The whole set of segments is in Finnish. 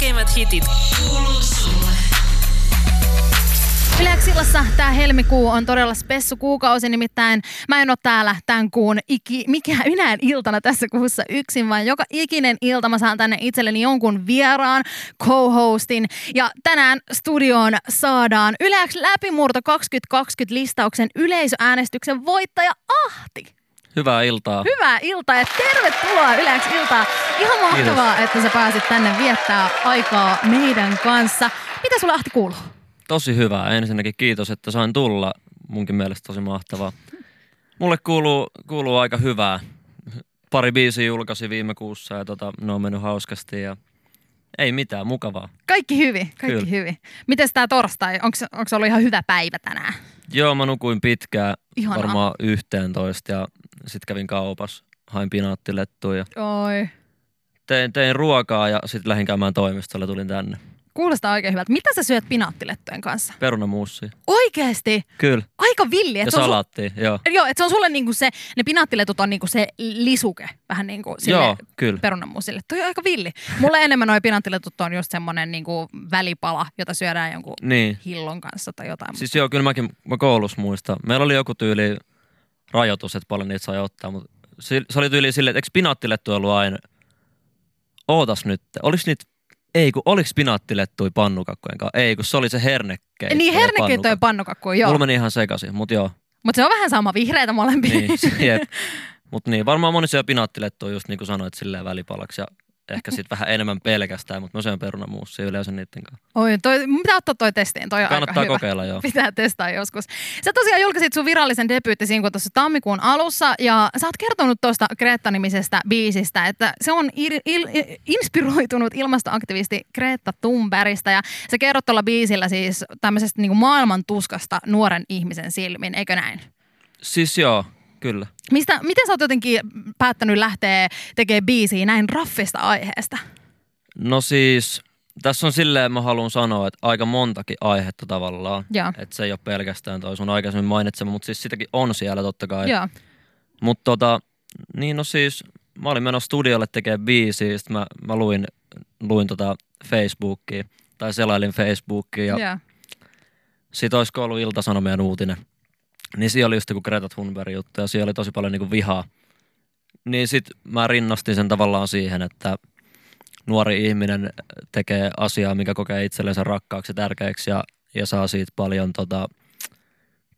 Isot hitit. Yle Xillassa tämä helmikuu on todella spessu kuukausi, nimittäin mä en ole täällä tämän kuun iki, mikä minä iltana tässä kuussa yksin, vaan joka ikinen ilta mä saan tänne itselleni jonkun vieraan, co-hostin. Ja tänään studioon saadaan Yle X läpimurto 2020 listauksen yleisöäänestyksen voittaja Ahti. Hyvää iltaa. Hyvää iltaa ja tervetuloa Yle X iltaan. Ihan mahtavaa, että sä pääsit tänne viettää aikaa meidän kanssa. Mitä sulla Ahti kuuluu? Tosi hyvää. Ensinnäkin kiitos, että sain tulla. Munkin mielestä tosi mahtavaa. Mulle kuuluu, kuuluu aika hyvää. Pari biisiä julkaisi viime kuussa ja tota, ne on mennyt hauskasti ja ei mitään, mukavaa. Kaikki hyvin, kaikki Kyllä. hyvin. Miten tämä torstai? Onko ollut ihan hyvä päivä tänään? Joo, mä nukuin pitkään, Ihanaa. varmaan 11 ja sitten kävin kaupas, hain pinaattilettua ja Oi. tein, tein ruokaa ja sitten lähdin käymään toimistolle, tulin tänne. Kuulostaa oikein hyvältä. Mitä sä syöt pinaattilettujen kanssa? Perunamuussia. Oikeesti? Kyllä. Aika villi. Ja Et se on su- salaattia, joo. Joo, että se on sulle niinku se, ne pinaattiletut on niinku se lisuke vähän niinku sille Joo, kyllä. perunanmuusille. Toi on aika villi. Mulle enemmän noi pinaattiletut on just semmonen niinku välipala, jota syödään jonkun Niin. hillon kanssa tai jotain. Siis joo, kyllä mäkin mä koulussa muistan. Meillä oli joku tyyli rajoitus, että paljon niitä sai ottaa, mutta se, se oli tyyli silleen, että eikö spinaattilettu ollut aina? Ootas nyt, oliks niitä, ei kun oliks spinaattilettui pannukakkojen kanssa? Ei kun se oli se hernekeitto. niin ja hernekeitto ja pannukakku. pannukakku, joo. Mulla meni ihan sekaisin, mutta joo. Mutta se on vähän sama, vihreitä molempia. Niin, se- jep. Mut niin, varmaan moni syö pinaattilettua just niin kuin sanoit silleen välipalaksi ja ehkä sitten vähän enemmän pelkästään, mutta mä syön perunamuussia yleensä niiden kanssa. Oi, toi, pitää ottaa toi testiin, toi on aika Kannattaa hyvä. kokeilla, joo. Pitää testaa joskus. Sä tosiaan julkaisit sun virallisen debyyttisiin tuossa tammikuun alussa ja sä oot kertonut tuosta Greta-nimisestä biisistä, että se on ir, il, i- inspiroitunut ilmastoaktivisti Greta Thunbergista ja sä kerrot tuolla biisillä siis tämmöisestä niin maailman tuskasta nuoren ihmisen silmin, eikö näin? Siis joo, kyllä. Mistä, miten sä oot jotenkin päättänyt lähteä tekemään biisiä näin raffista aiheesta? No siis, tässä on silleen, mä haluan sanoa, että aika montakin aihetta tavallaan. Joo. Että se ei ole pelkästään toi sun aikaisemmin mainitsema, mutta siis sitäkin on siellä totta kai. Joo. Mutta tota, niin no siis, mä olin menossa studiolle tekemään biisiä, sit mä, mä luin, luin tota Facebookia, tai selailin Facebookia, ja Joo. sit olisiko ollut Ilta-Sanomien uutinen. Niin siellä oli just joku Greta Thunberg juttu, ja siellä oli tosi paljon niinku vihaa. Niin sit mä rinnastin sen tavallaan siihen, että nuori ihminen tekee asiaa, mikä kokee itsellensä rakkaaksi ja tärkeäksi, ja, ja saa siitä paljon, tota,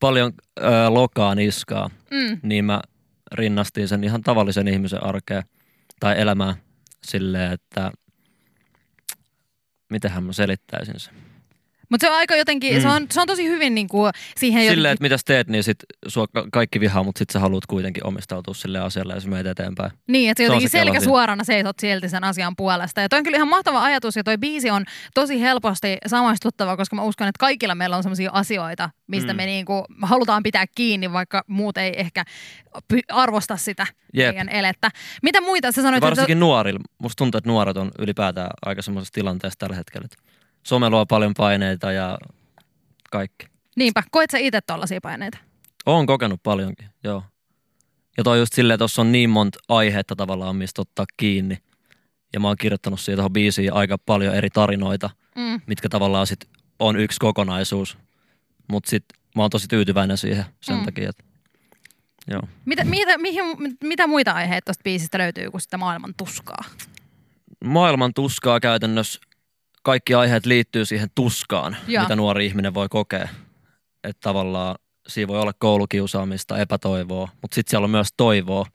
paljon ö, lokaa niskaa. Mm. Niin mä rinnastin sen ihan tavallisen ihmisen arkeen tai elämään silleen, että mitenhän mä selittäisin sen. Mutta se on aika jotenkin, mm. se, Mm. on, se on tosi hyvin niin kuin siihen Silleen, että mitä sä teet, niin sit sua ka- kaikki vihaa, mutta sit sä haluat kuitenkin omistautua sille asialle ja sä menet eteenpäin. Niin, että Se on jotenkin se selkä kela siinä. suorana seisot silti sen asian puolesta. Ja toi on kyllä ihan mahtava ajatus ja toi biisi on tosi helposti samaistuttava, koska mä uskon, että kaikilla meillä on sellaisia asioita, mistä mm. Mm. me niinku halutaan pitää kiinni, vaikka muut ei ehkä py- arvosta sitä Jep. meidän elettä. Mitä muita sä sanoit? Varsinkin nuorilla. Musta tuntuu, että nuoret on ylipäätään aika semmoisessa tilanteessa tällä hetkellä. että Some luo paljon paineita ja kaikki. Että, niinpä, koet sä itse tollaisia paineita? Oon kokenut paljonkin, joo. Ja toi just silleen, että tossa on niin monta aihetta tavallaan, mistä ottaa kiinni. Ja mä oon kirjoittanut siihen tuohon biisiin aika paljon eri tarinoita, Mm. mitkä tavallaan sit on yksi kokonaisuus. Mutta sit mä oon tosi tyytyväinen siihen sen Mm. mm. takia, että joo. Mitä, mitä, mihin, mitä muita aiheita tuosta biisistä löytyy kuin sitä maailman tuskaa? maailman tuskaa käytännössä kaikki aiheet liittyy siihen tuskaan, Joo. Joo. mitä nuori ihminen voi kokea. Että tavallaan siinä voi olla koulukiusaamista, epätoivoa, mutta sitten siellä on myös toivoa.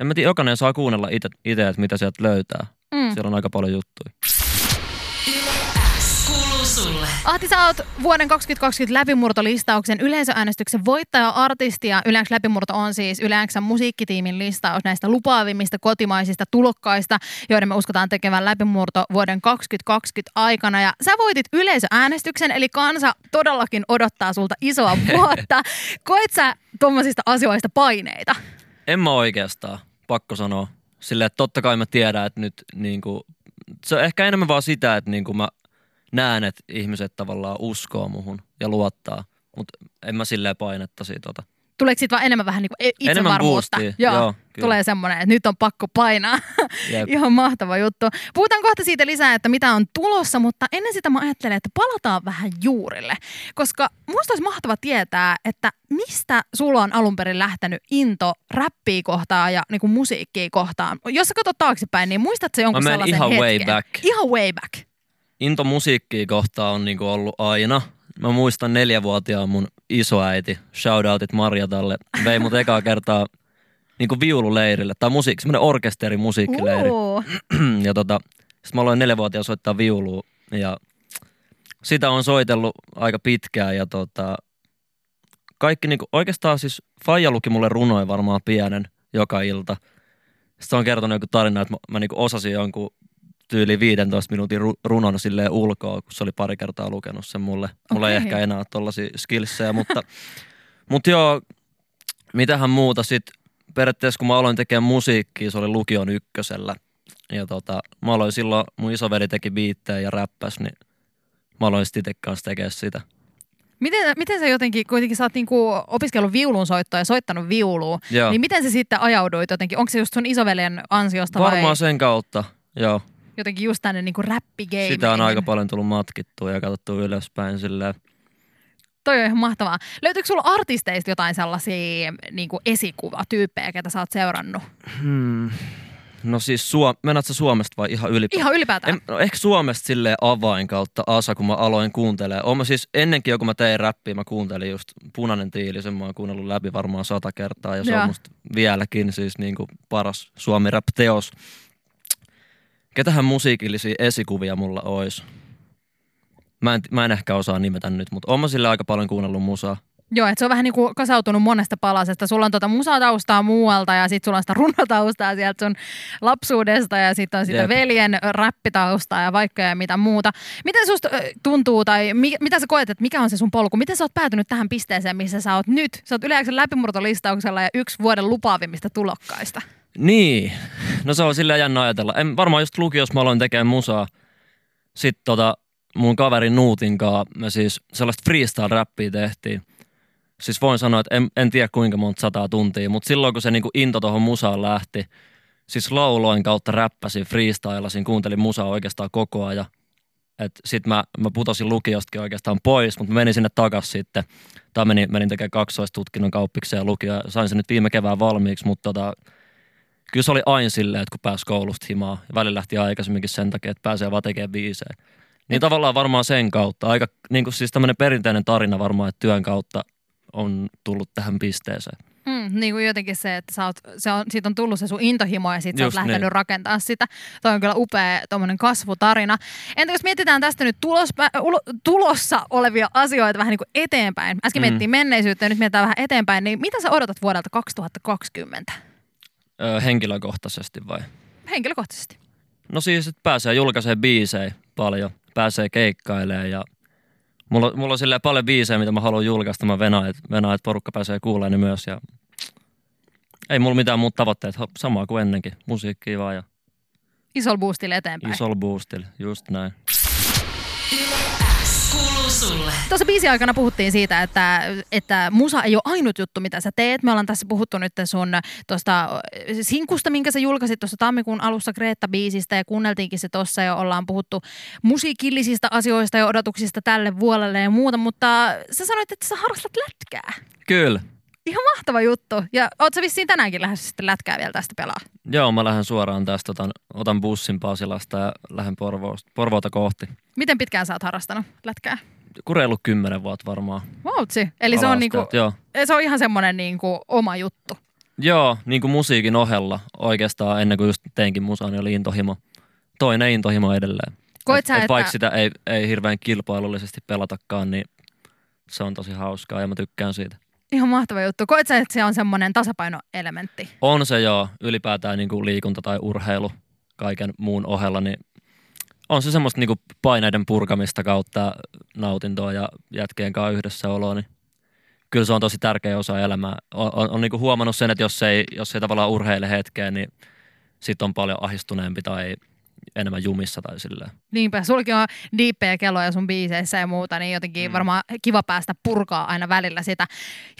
En mä tiedä, jokainen saa kuunnella itse, että mitä sieltä löytää. Mm. Siellä on aika paljon juttuja. Ahti, sä oot vuoden 2020 läpimurtolistauksen yleisöäänestyksen voittaja-artisti ja Yle X läpimurto on siis Yle Xn musiikkitiimin listaus näistä lupaavimmista kotimaisista tulokkaista, joiden me uskotaan tekevän läpimurto vuoden 2020 aikana. Ja sä voitit yleisöäänestyksen, eli kansa todellakin odottaa sulta isoa vuotta. Koet sä tuommoisista asioista paineita? En mä oikeastaan, pakko sanoa. Silleen, että totta kai mä tiedän, että nyt niin kuin, se on ehkä enemmän vaan sitä, että niin kuin mä näen, että ihmiset tavallaan uskoo muhun ja luottaa. Mutta en mä silleen painetta siitä ota. Tuleeko siitä vaan enemmän vähän niin kuin itsevarmuutta? Enemmän boostia, joo, joo, joo kyllä. tulee semmoinen, että nyt on pakko painaa. Jep. Ihan mahtava juttu. Puhutaan kohta siitä lisää, että mitä on tulossa, mutta ennen sitä mä ajattelen, että palataan vähän juurille. Koska musta olisi mahtava tietää, että mistä sulla on alun perin lähtenyt into räppiä kohtaan ja niin kuin musiikkia kohtaan. Jos sä katsot taaksepäin, niin muistatko jonkun Mä menen sellaisen ihan way hetken? back. Ihan way back. Into musiikkia kohtaan on niinku ollut aina. Mä muistan neljävuotiaan mun isoäiti, shoutoutit Marjatalle, vei mut ekaa kertaa niinku viululeirille, tai musiikki, semmonen orkesteri musiikkileiri. Uu. ja tota, sit mä aloin neljävuotiaan soittaa viulua ja sitä on soitellut aika pitkään ja tota, kaikki niinku, oikeastaan siis Faija luki mulle runoja varmaan pienen joka ilta. Sitten se on kertonut joku tarina, että mä, mä niinku osasin jonkun tyyli 15 minuutin ru- runon silleen ulkoa, kun se oli pari kertaa lukenut sen mulle. Mulla ei Okei. ehkä enää ole tollasia skillsejä, mutta, mutta joo, mitähän muuta sitten. Periaatteessa kun mä aloin tekemään musiikkia, se oli lukion ykkösellä. Ja tota, mä aloin silloin, mun isoveli teki biittejä ja räppäs, niin mä aloin sitten itse kanssa tekemään sitä. Miten, miten sä jotenkin, kuitenkin sä oot niinku opiskellut viulun soittoa ja soittanut viulua, Joo. niin miten sä sitten ajauduit jotenkin? Onko se just sun isoveljen ansiosta Varmaan vai sen kautta, joo. jotenkin just tänne niinku räppigeimin? Sitä on aika paljon tullut matkittua ja katsottua ylöspäin silleen. Toi on ihan mahtavaa. Löytyykö sulla artisteista jotain sellaisia niin kuin esikuvatyyppejä, ketä sä oot seurannut? Hmm. No siis, Suom- meinaat sä Suomesta vai ihan ylipäätään? Ihan ylipäätään. En, no ehkä Suomesta silleen avain kautta Asa, kun mä aloin kuuntelemaan. Oon mä siis ennenkin jo, kun mä tein räppiä, mä kuuntelin just Punainen tiili, sen mä oon kuunnellut läpi varmaan sata kertaa ja se Joo. on musta vieläkin siis niin kuin paras suomi rap teos. Ketähän musiikillisia esikuvia mulla ois? Mä en, mä en ehkä osaa nimetä nyt, mutta oon mä sille aika paljon kuunnellut musaa. Joo, että se on vähän niin kuin kasautunut monesta palasesta. Sulla on tuota musataustaa muualta ja sitten sulla on sitä runotaustaa sieltä sun lapsuudesta ja sitten on sitä Jep. veljen räppitaustaa ja vaikka ja mitä muuta. Miten susta ö, tuntuu tai mi- mitä sä koet, että mikä on se sun polku? Miten sä oot päätynyt tähän pisteeseen, missä sä oot nyt? Sä oot yleensä läpimurtolistauksella ja yksi vuoden lupaavimmista tulokkaista. Niin. No se on silleen jännä ajatella. En, varmaan just lukios mä aloin tekemään musaa. Sitten tota, mun kaverin Nuutinkaa me siis sellaista freestyle-räppiä tehtiin. Siis voin sanoa, että en, en tiedä kuinka monta sataa tuntia, mutta silloin kun se niinku into tuohon musaan lähti, siis lauloin kautta räppäsin, freestylasin, kuuntelin musaa oikeastaan koko ajan. Et sit mä, mä putosin lukiostakin oikeastaan pois, mutta menin sinne takas sitten. Tai menin, menin tekemään kaksoistutkinnon kauppikseen ja lukio. Sain sen nyt viime kevään valmiiksi, mutta tota, kyllä se oli aina silleen, että kun pääsi koulusta himaan, ja välillä lähti aikaisemminkin sen takia, että pääsee vaan tekemään biisejä. Niin tavallaan varmaan sen kautta, aika niin kuin siis tämmöinen perinteinen tarina varmaan, että työn kautta on tullut tähän pisteeseen. Mm, niin kuin jotenkin se, että sä oot, se on, siitä on tullut se sun intohimo ja sit sä oot Just lähtenyt niin. rakentaa sitä. Toi on kyllä upea tommonen kasvutarina. Entä jos mietitään tästä nyt tulospä, ulo, tulossa olevia asioita vähän niin kuin eteenpäin. Äsken mm. Mm. mietittiin menneisyyttä ja nyt mietitään vähän eteenpäin. Niin mitä sä odotat vuodelta 2020 Öö, henkilökohtaisesti vai? henkilökohtaisesti? No siis, että pääsee julkaisee biisejä paljon, pääsee keikkailemaan ja mulla, mulla on silleen paljon biisejä, mitä mä haluan julkaista. Mä venaan, että, venaan, että porukka pääsee kuulemaan ne myös ja ei mulla mitään muuta tavoitteet, ho- samaa kuin ennenkin. Musiikkia vaan ja Isolla boostilla eteenpäin. isolla boostilla, just näin. Kuuluu sulle. Tuossa biisin aikana puhuttiin siitä, että, että musa ei ole ainut juttu, mitä sä teet. Me ollaan tässä puhuttu nyt sun tuosta sinkusta, minkä sä julkaisit tuossa tammikuun alussa Greta-biisistä ja kuunneltiinkin se tuossa ja ollaan puhuttu musiikillisista asioista ja odotuksista tälle vuodelle ja muuta, mutta sä sanoit, että sä harrastat lätkää. Kyllä. Ihan mahtava juttu. Ja oot sä vissiin tänäänkin lähdössä sitten lätkää vielä tästä pelaa. Joo, mä lähden suoraan tästä, otan, otan bussin Pasilasta ja lähden Porvoosta, Porvoota kohti. Miten pitkään sä oot harrastanut lätkää? Kureilu kymmenen vuotta varmaan. Vautsi. Eli se on, niinku, Ala-asteelta, Joo. se on ihan semmoinen niinku oma juttu. Joo, niin kuin musiikin ohella oikeastaan ennen kuin just teinkin musaa, niin oli intohimo. Toinen intohimo edelleen. Koit sä, että- Vaikka sitä ei, ei hirveän kilpailullisesti pelatakaan, niin se on tosi hauskaa ja mä tykkään siitä. Ihan mahtava juttu. Koet sä, että se on semmoinen tasapainoelementti? On se joo, ylipäätään niin kuin liikunta tai urheilu kaiken muun ohella, niin on se semmoista niin kuin paineiden purkamista kautta nautintoa ja jätkeen kanssa yhdessäoloa, niin kyllä se on tosi tärkeä osa elämää. On, on, on niin kuin huomannut sen, että jos ei, jos ei tavallaan urheile hetkeen, niin sitten on paljon ahistuneempi tai enemmän jumissa tai silleen. Niinpä, sulki on diippejä kelloja sun biiseissä ja muuta, niin jotenkin mm. varmaan kiva päästä purkaa aina välillä sitä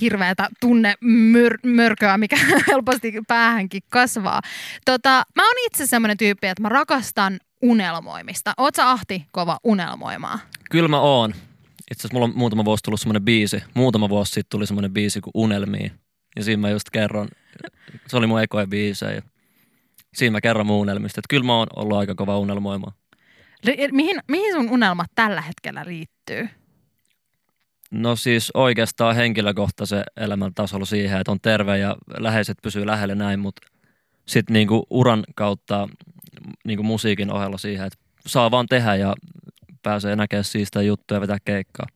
hirveätä tunnemörköä, mikä helposti päähänkin kasvaa. Tota, mä oon itse semmoinen tyyppi, että mä rakastan unelmoimista. Oot sä Ahti kova unelmoimaa? Kyllä mä oon. Itse asiassa mulla on muutama vuosi tullut semmoinen biisi. Muutama vuosi sitten tuli semmoinen biisi kuin Unelmiin. Ja siinä mä just kerron, se oli mun ekoja biisejä. Siinä mä kerron mun unelmista. Että kyllä mä oon ollut aika kova unelmoimaan. Ri- Mihin, mihin sun unelmat tällä hetkellä liittyy? No siis oikeastaan henkilökohtaisen elämän tasolla siihen, että on terve ja läheiset pysyy lähellä näin, mutta sitten niinku uran kautta niinku musiikin ohella siihen, että saa vaan tehdä ja pääsee näkemään siistä juttuja ja vetää keikkaa.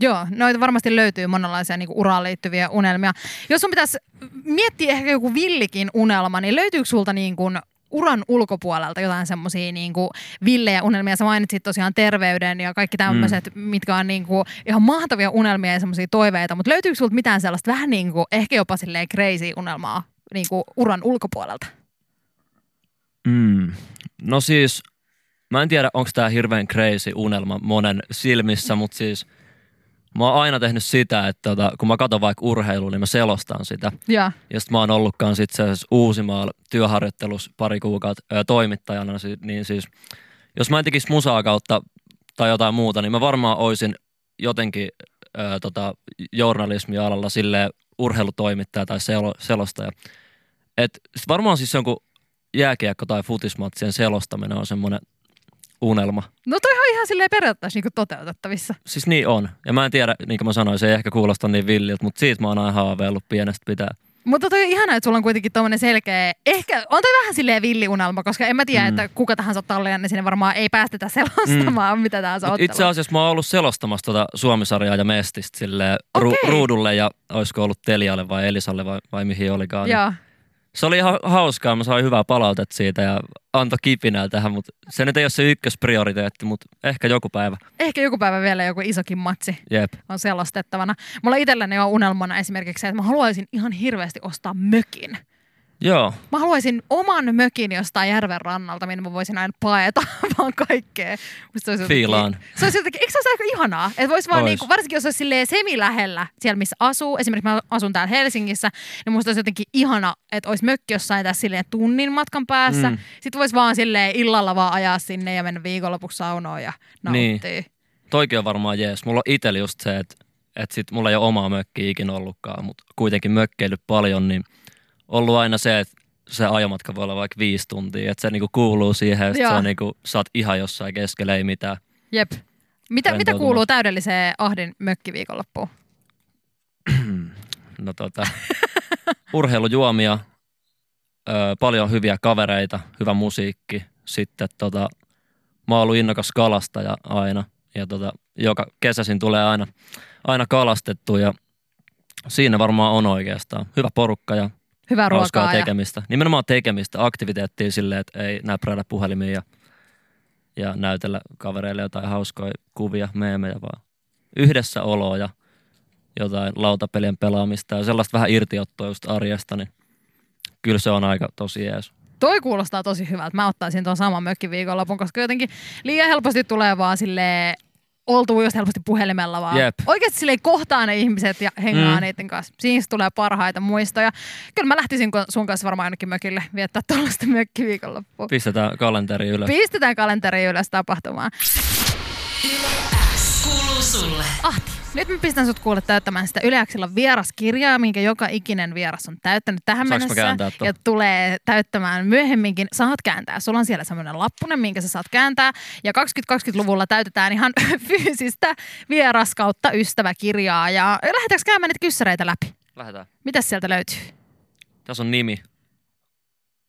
Joo, noita varmasti löytyy monenlaisia niin uraan liittyviä unelmia. Jos sun pitäisi miettiä ehkä joku villikin unelma, niin löytyykö sulta niin kuin uran ulkopuolelta jotain semmoisia niin kuin villejä unelmia? Sä mainitsit tosiaan terveyden ja kaikki tämmöiset, mm. mitkä on niin kuin ihan mahtavia unelmia ja semmoisia toiveita, mutta löytyykö sulta mitään sellaista vähän niin kuin, ehkä jopa silleen crazy unelmaa niin kuin uran ulkopuolelta? Mm. No siis, mä en tiedä onko tämä hirveän crazy unelma monen silmissä, mutta siis mä oon aina tehnyt sitä, että tota, kun mä katson vaikka urheilua, niin mä selostan sitä. Joo. Ja sitten mä oon ollutkaan sit itse asiassa Uusimaalla työharjoittelussa pari kuukautta ö, toimittajana, si- niin siis jos mä en tekisi musaa kautta tai jotain muuta, niin mä varmaan oisin jotenkin ö, tota, journalismialalla sille urheilutoimittaja tai selo- selostaja. Et sit varmaan siis jonkun jääkiekko- tai futismatsien selostaminen on semmoinen unelma. No toi on ihan silleen periaatteessa niin toteutettavissa. Siis niin on. Ja mä en tiedä, niin kuin mä sanoin, se ei ehkä kuulosta niin villiltä, mutta siitä mä oon aina haaveillut pienestä pitää. Mutta toi on ihanaa, että sulla on kuitenkin tommonen selkeä, ehkä on toi vähän silleen villiunelma, koska en mä tiedä, mm. että kuka tahansa talleen, niin sinne varmaan ei päästetä selostamaan, mm. mitä tahansa Mut ottelu. itse asiassa mä oon ollut selostamassa tuota Suomisarjaa ja Mestistä sille Okei. ru- ruudulle ja olisiko ollut Telialle vai Elisalle vai, vai mihin olikaan. Niin Joo. Se oli ihan hauskaa, mä sain hyvää palautetta siitä ja antoi kipinää tähän, mutta se nyt ei ole se ykkösprioriteetti, mutta ehkä joku päivä. Ehkä joku päivä vielä joku isokin matsi Jep. on selostettavana. Mulla itselläni on unelmana esimerkiksi se, että mä haluaisin ihan hirveästi ostaa mökin. Joo, Mä haluaisin oman mökin jostain järven rannalta, minne mä voisin aina paeta vaan kaikkea. Musta se olisi jotenkin- Fiilaan. Se olisi jotenkin, eikö se olisi aika ihanaa? Että vois vaan Ois. niinku, varsinkin jos olisi silleen semilähellä siellä, missä asuu. Esimerkiksi mä asun täällä Helsingissä, niin musta olisi jotenkin ihana, että olisi mökki jossain tässä silleen tunnin matkan päässä. Mm. Mm. Sitten voisi vaan silleen illalla vaan ajaa sinne ja mennä viikonlopuksi saunoon ja nauttia. Niin. Niin. toikin on varmaan jees. Mulla on itsellä just se, että että sit mulla ei ole omaa mökkiä ikinä ollutkaan, mutta kuitenkin mökkeillyt paljon, niin ollut aina se, että se ajomatka voi olla vaikka viisi tuntia, että se niinku kuuluu siihen, että se Joo. on niinku, sä oot ihan jossain keskellä, ei mitään. Jep. Mitä, mitä Rentoutumaan. kuuluu täydelliseen Ahdin mökkiviikonloppuun? No tota, urheilujuomia, ö, paljon hyviä kavereita, hyvä musiikki. Sitten tota, mä oon ollut innokas kalastaja aina ja tota, joka kesäsin tulee aina, aina kalastettu ja siinä varmaan on oikeastaan. Hyvä porukka ja Hyvää hauskaa ruokaa ja tekemistä. Nimenomaan tekemistä, aktiviteettia silleen, että ei näpräillä puhelimia ja, ja näytellä kavereille jotain hauskoja kuvia, meemejä, vaan yhdessä oloa ja jotain lautapelien pelaamista ja sellaista vähän irtiottoa just arjesta, niin kyllä se on aika tosi jees. Toi kuulostaa tosi hyvältä. Mä ottaisin tuon saman mökkiviikonlopun, koska jotenkin liian helposti tulee vaan sille oltuu just helposti puhelimella vaan. Jep. Oikeasti silleen kohtaa ne ihmiset ja hengaa mm. Mm. niiden kanssa. Siinä tulee parhaita muistoja. Kyllä mä lähtisin kun- sun kanssa varmaan ainakin mökille viettää tuollaista mökkiviikonloppua. Pistetään kalenteri ylös. Pistetään kalenteri ylös tapahtumaan. Kuuluu sulle. Ahti, nyt mä pistän sut kuulle täyttämään sitä Yleäksillä vieraskirjaa, minkä joka ikinen vieras on täyttänyt tähän Saanko mä mennessä. kääntää ton? Ja tulee täyttämään myöhemminkin. Saat kääntää. Sulla on siellä semmoinen lappunen, minkä sä saat kääntää. Ja 2020-luvulla täytetään ihan fyysistä vieras kautta ystäväkirjaa. Ja lähdetäänkö käymään niitä kyssäreitä läpi? Lähdetään. Mitäs sieltä löytyy? Tässä on nimi,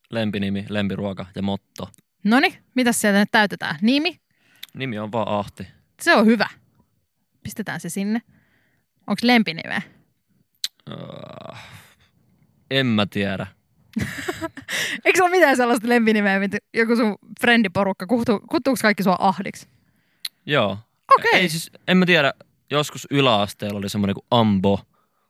lempinimi, lempiruoka ja motto. Noni, mitäs sieltä nyt täytetään? Nimi? Nimi on vaan Ahti. Se on hyvä. Pistetään se sinne. Onko lempinimeä? Öö, en mä tiedä. Eikö sulla mitään sellaista lempinimeä, mitä joku sun frendiporukka, kuttu, kuttuuko kaikki sua ahdiksi? Joo. Okei. Ei siis, en mä tiedä, joskus yläasteella oli semmoinen kuin Ambo,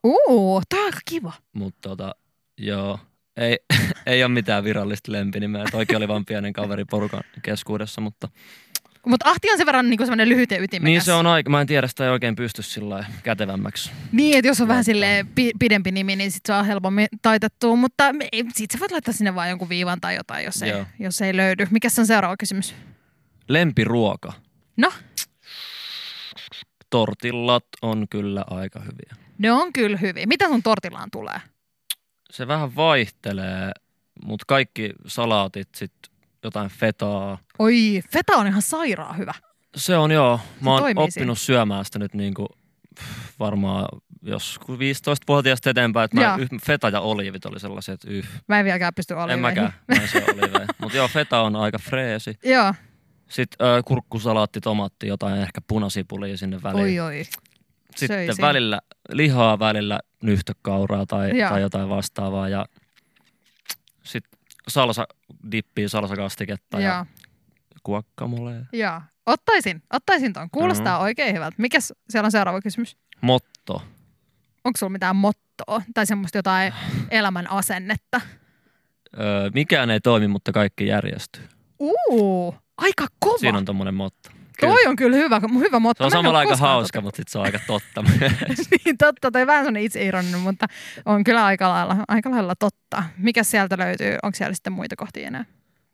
Uu, tää on aika kiva. mutta tota, joo. ei, ei ole mitään virallista lempinimeä. Toki oli vain pienen kaveriporukan keskuudessa, mutta Mutta Ahti on sen verran niinku semmoinen lyhyt ja ytimekäs. niin se on aika. Mä en tiedä, sitä ei oikein pysty sillä lailla kätevämmäksi. Niin, että jos on vähän Laittaa. sille pidempi nimi, niin sit se on helpommin taitettua, mutta me- ei- sit sä voit laittaa sinne vaan jonkun viivan tai jotain, jos ei, Joo. jos ei löydy. Mikä on seuraava kysymys? Lempiruoka. No, Tortillat on kyllä aika hyviä. ne on kyllä hyviä. Mitä sun tortillaan tulee? Se vähän vaihtelee, mutta kaikki salaatit, sit jotain fetaa. Oi, feta on ihan sairaan hyvä. Se on joo. Se Mä oon toimii oppinut syömään sitä nyt niinku, pff, varmaan joskus 15-vuotiaasta eteenpäin. Että mä, Joo. yh- feta ja oliivit oli sellaisia, että yh, Mä en vieläkään pysty olemaan. en mäkään. Mä en syö oliiveja. Mutta joo, feta on aika freesi. Joo, Sitten ö, kurkkusalaatti, tomaatti, jotain ehkä punasipulia sinne väliin. oi oi. Sitten söisin. välillä lihaa, välillä nyhtökauraa tai, Joo. tai jotain vastaavaa. Ja sitten salsa dippiä, salsakastiketta ja, ja Joo, guacamole. joo. Ottaisin, ottaisin ton. Kuulostaa Mm-hmm. oikein hyvältä. Mikäs siellä on seuraava kysymys? Motto. Onko sulla mitään mottoa tai semmoista jotain elämän asennetta? Öö, mikään ei toimi, mutta kaikki järjestyy. Uu, aika kova. Siinä on tommonen motto. Kyllä. Toi on kyllä hyvä, hyvä motto. Mä en Se on oo samalla aika koskaan hauska, mutta sit se on aika totta. tota- niin, totta, toi vähän on itseironinen, mutta on kyllä aika lailla, aika lailla totta. Mikä sieltä löytyy? Onko siellä sitten muita kohtia enää?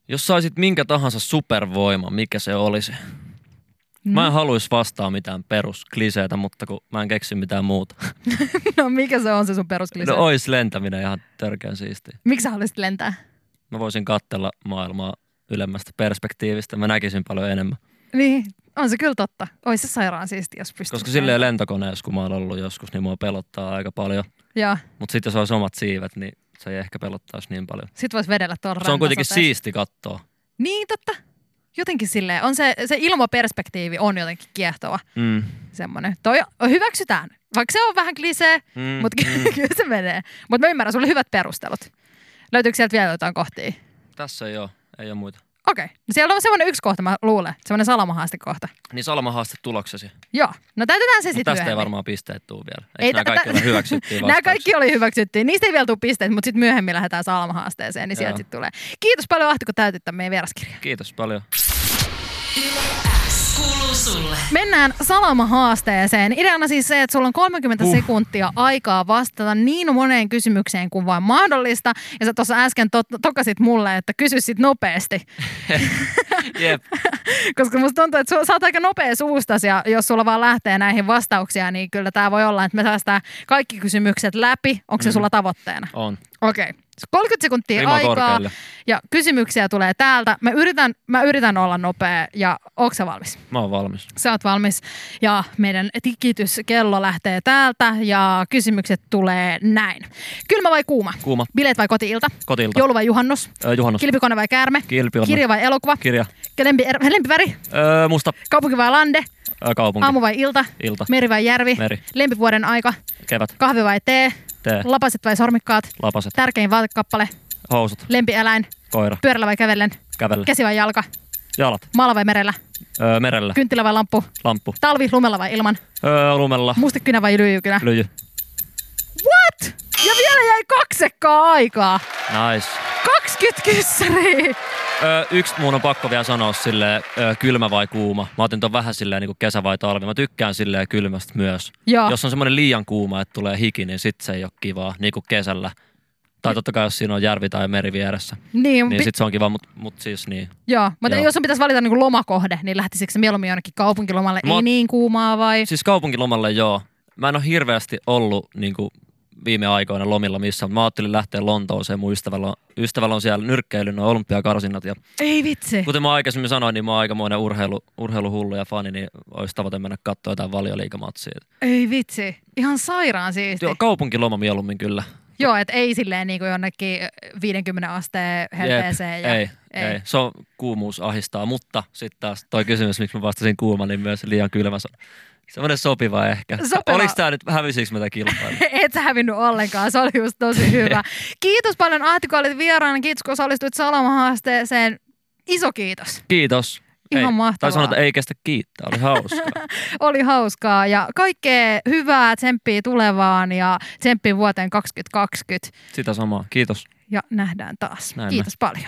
Jos saisit minkä tahansa supervoima, mikä se olisi? Mä Mm. en haluaisi vastaa mitään peruskliseitä, mutta kun mä en keksi mitään muuta. No mikä se on se sun No perusklise? No, ois lentäminen ihan törkeän siistiä. Miksi sä haluaisit lentää? mä voisin katsella maailmaa ylemmästä perspektiivistä. Mä näkisin paljon enemmän. Niin, on se kyllä totta. Ois se sairaan siisti, jos pystyt. Koska silleen lentokoneessa, kun mä oon ollut joskus, niin mua pelottaa aika paljon. Ja Mutta sitten jos olisi omat siivet, niin se ei ehkä pelottaisi niin paljon. sit vois vedellä tuolla Se on kuitenkin rantasateessa. siisti kattoa. Niin, totta. Jotenkin silleen, on se, se ilmaperspektiivi on jotenkin kiehtova Mm. semmoinen. Toi hyväksytään, vaikka se on vähän klisee, Mm. Mutta Mm. kyllä se menee. Mutta mä ymmärrän, sulle hyvät perustelut. Löytyykö sieltä vielä jotain kohtia? Tässä ei ole, ei ole muita. Okei. No Siellä on semmoinen yksi kohta, mä luulen. Semmoinen salamahaastekohta. Niin Salma haaste tuloksesi. Joo. No täytetään se Mut sitten tästä ei varmaan pisteet tuu vielä. Ei Eikö nämä tä- kaikki tä- ole hyväksyttiin Nämä kaikki oli hyväksyttiin. Niistä ei vielä tule pisteet, mutta sitten myöhemmin lähdetään salamahaasteeseen, niin sieltä Joo. sitten tulee. Kiitos paljon Ahti, kun täytit tämän meidän vieraskirjan. Kiitos paljon. Kuuluu sulle. Mennään salamahaasteeseen. Ideana siis se, että sulla on 30 uh. Uh. sekuntia aikaa vastata niin moneen kysymykseen kuin vain mahdollista. Ja sä tuossa äsken to- tokasit mulle, että kysy sit nopeasti. Jep. Koska musta tuntuu, että su- sä oot aika nopea suustas ja jos sulla vaan lähtee näihin vastauksia, niin kyllä tämä voi olla, että me säästää kaikki kysymykset läpi. Onko se sulla tavoitteena? On. Okei. 30 sekuntia Rima aikaa korkealle. ja kysymyksiä tulee täältä. Mä yritän, mä yritän olla nopea ja onko sä valmis? Mä oon valmis. Sä oot valmis ja meidän tikityskello lähtee täältä ja kysymykset tulee näin. Kylmä vai kuuma? Kuuma. Bileet vai kotiilta? Kotilta. Joulu vai juhannus? Ö, juhannus. Kilpikone vai käärme? Kilpi on. Kirja vai elokuva? Kirja. Lempi, lempiväri? Öö, musta. Kaupunki vai lande? Ö, kaupunki. Aamu vai ilta? Ilta. Meri vai järvi? Meri. Lempivuoden aika? Kevät. Kahvi vai tee? Tee. Lapaset vai sormikkaat? Lapaset. Tärkein vaatekappale? Housut. Lempieläin? Koira. Pyörällä vai kävellen? Kävellä. Käsi vai jalka? Jalat. Maalla vai merellä? Öö, merellä. Kynttilä vai lamppu? Lamppu. Talvi lumella vai ilman? Öö, lumella. Mustekynä vai lyijykynä? Lyijy. What? Ja vielä jäi kaksekkaa aikaa. Nice. 20 kyssäriä. Öö, yksi mun on pakko vielä sanoa sille öö, kylmä vai kuuma. Mä otin ton vähän silleen niin kesä vai talvi. Mä tykkään silleen kylmästä myös. Joo. Jos on semmoinen liian kuuma, että tulee hiki, niin sit se ei ole kivaa. Niin kuin kesällä. Tai totta kai jos siinä on järvi tai meri vieressä. Niin, Niin Mm. pi- sit se on kiva, mut, mut siis niin. joo. Mutta joo. jos sun pitäisi valita niinku lomakohde, niin lähtisikö se mieluummin jonnekin kaupunkilomalle? Mä Ei oon- niin kuumaa vai? Siis kaupunkilomalle joo. Mä en ole hirveästi ollut niin kuin viime aikoina lomilla missään. Mä ajattelin lähteä Lontooseen. Mun ystävällä on, ystävällä on siellä nyrkkeily, noin olympiakarsinnat ja Ei vitsi. Kuten mä aikaisemmin sanoin, niin mä oon aikamoinen urheilu, urheiluhullu ja fani, niin olisi tavoite mennä katsoa jotain valioliikamatsia. Ei vitsi. Ihan sairaan siisti. Joo, kaupunkiloma mieluummin kyllä. Joo, että ei silleen niin kuin jonnekin 50 asteen helteeseen. ja- ei, ei, ei. Se on kuumuus ahistaa, mutta sitten taas toi kysymys, miksi mä vastasin kuuma, niin myös liian kylmä. Se on Semmoinen sopiva ehkä. Sopiva. Oliko tämä nyt, hävisikö mä tätä kilpailua? Et sä hävinnyt ollenkaan, se oli just tosi hyvä. Kiitos paljon Ahti, kun olit vieraana. Kiitos, kun osallistuit Salamahaasteeseen. Iso kiitos. Kiitos. Ihan ei. mahtavaa. Tai sanoa, että ei kestä kiittää, oli hauskaa. Oli hauskaa ja kaikkea hyvää tsemppiä tulevaan ja tsemppiä vuoteen 2020. Sitä samaa, kiitos. ja nähdään taas. Näemme. Kiitos paljon.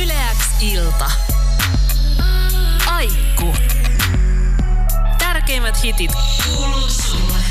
Yleäks ilta. Aikku. Tärkeimmät hitit kuuluu sulle.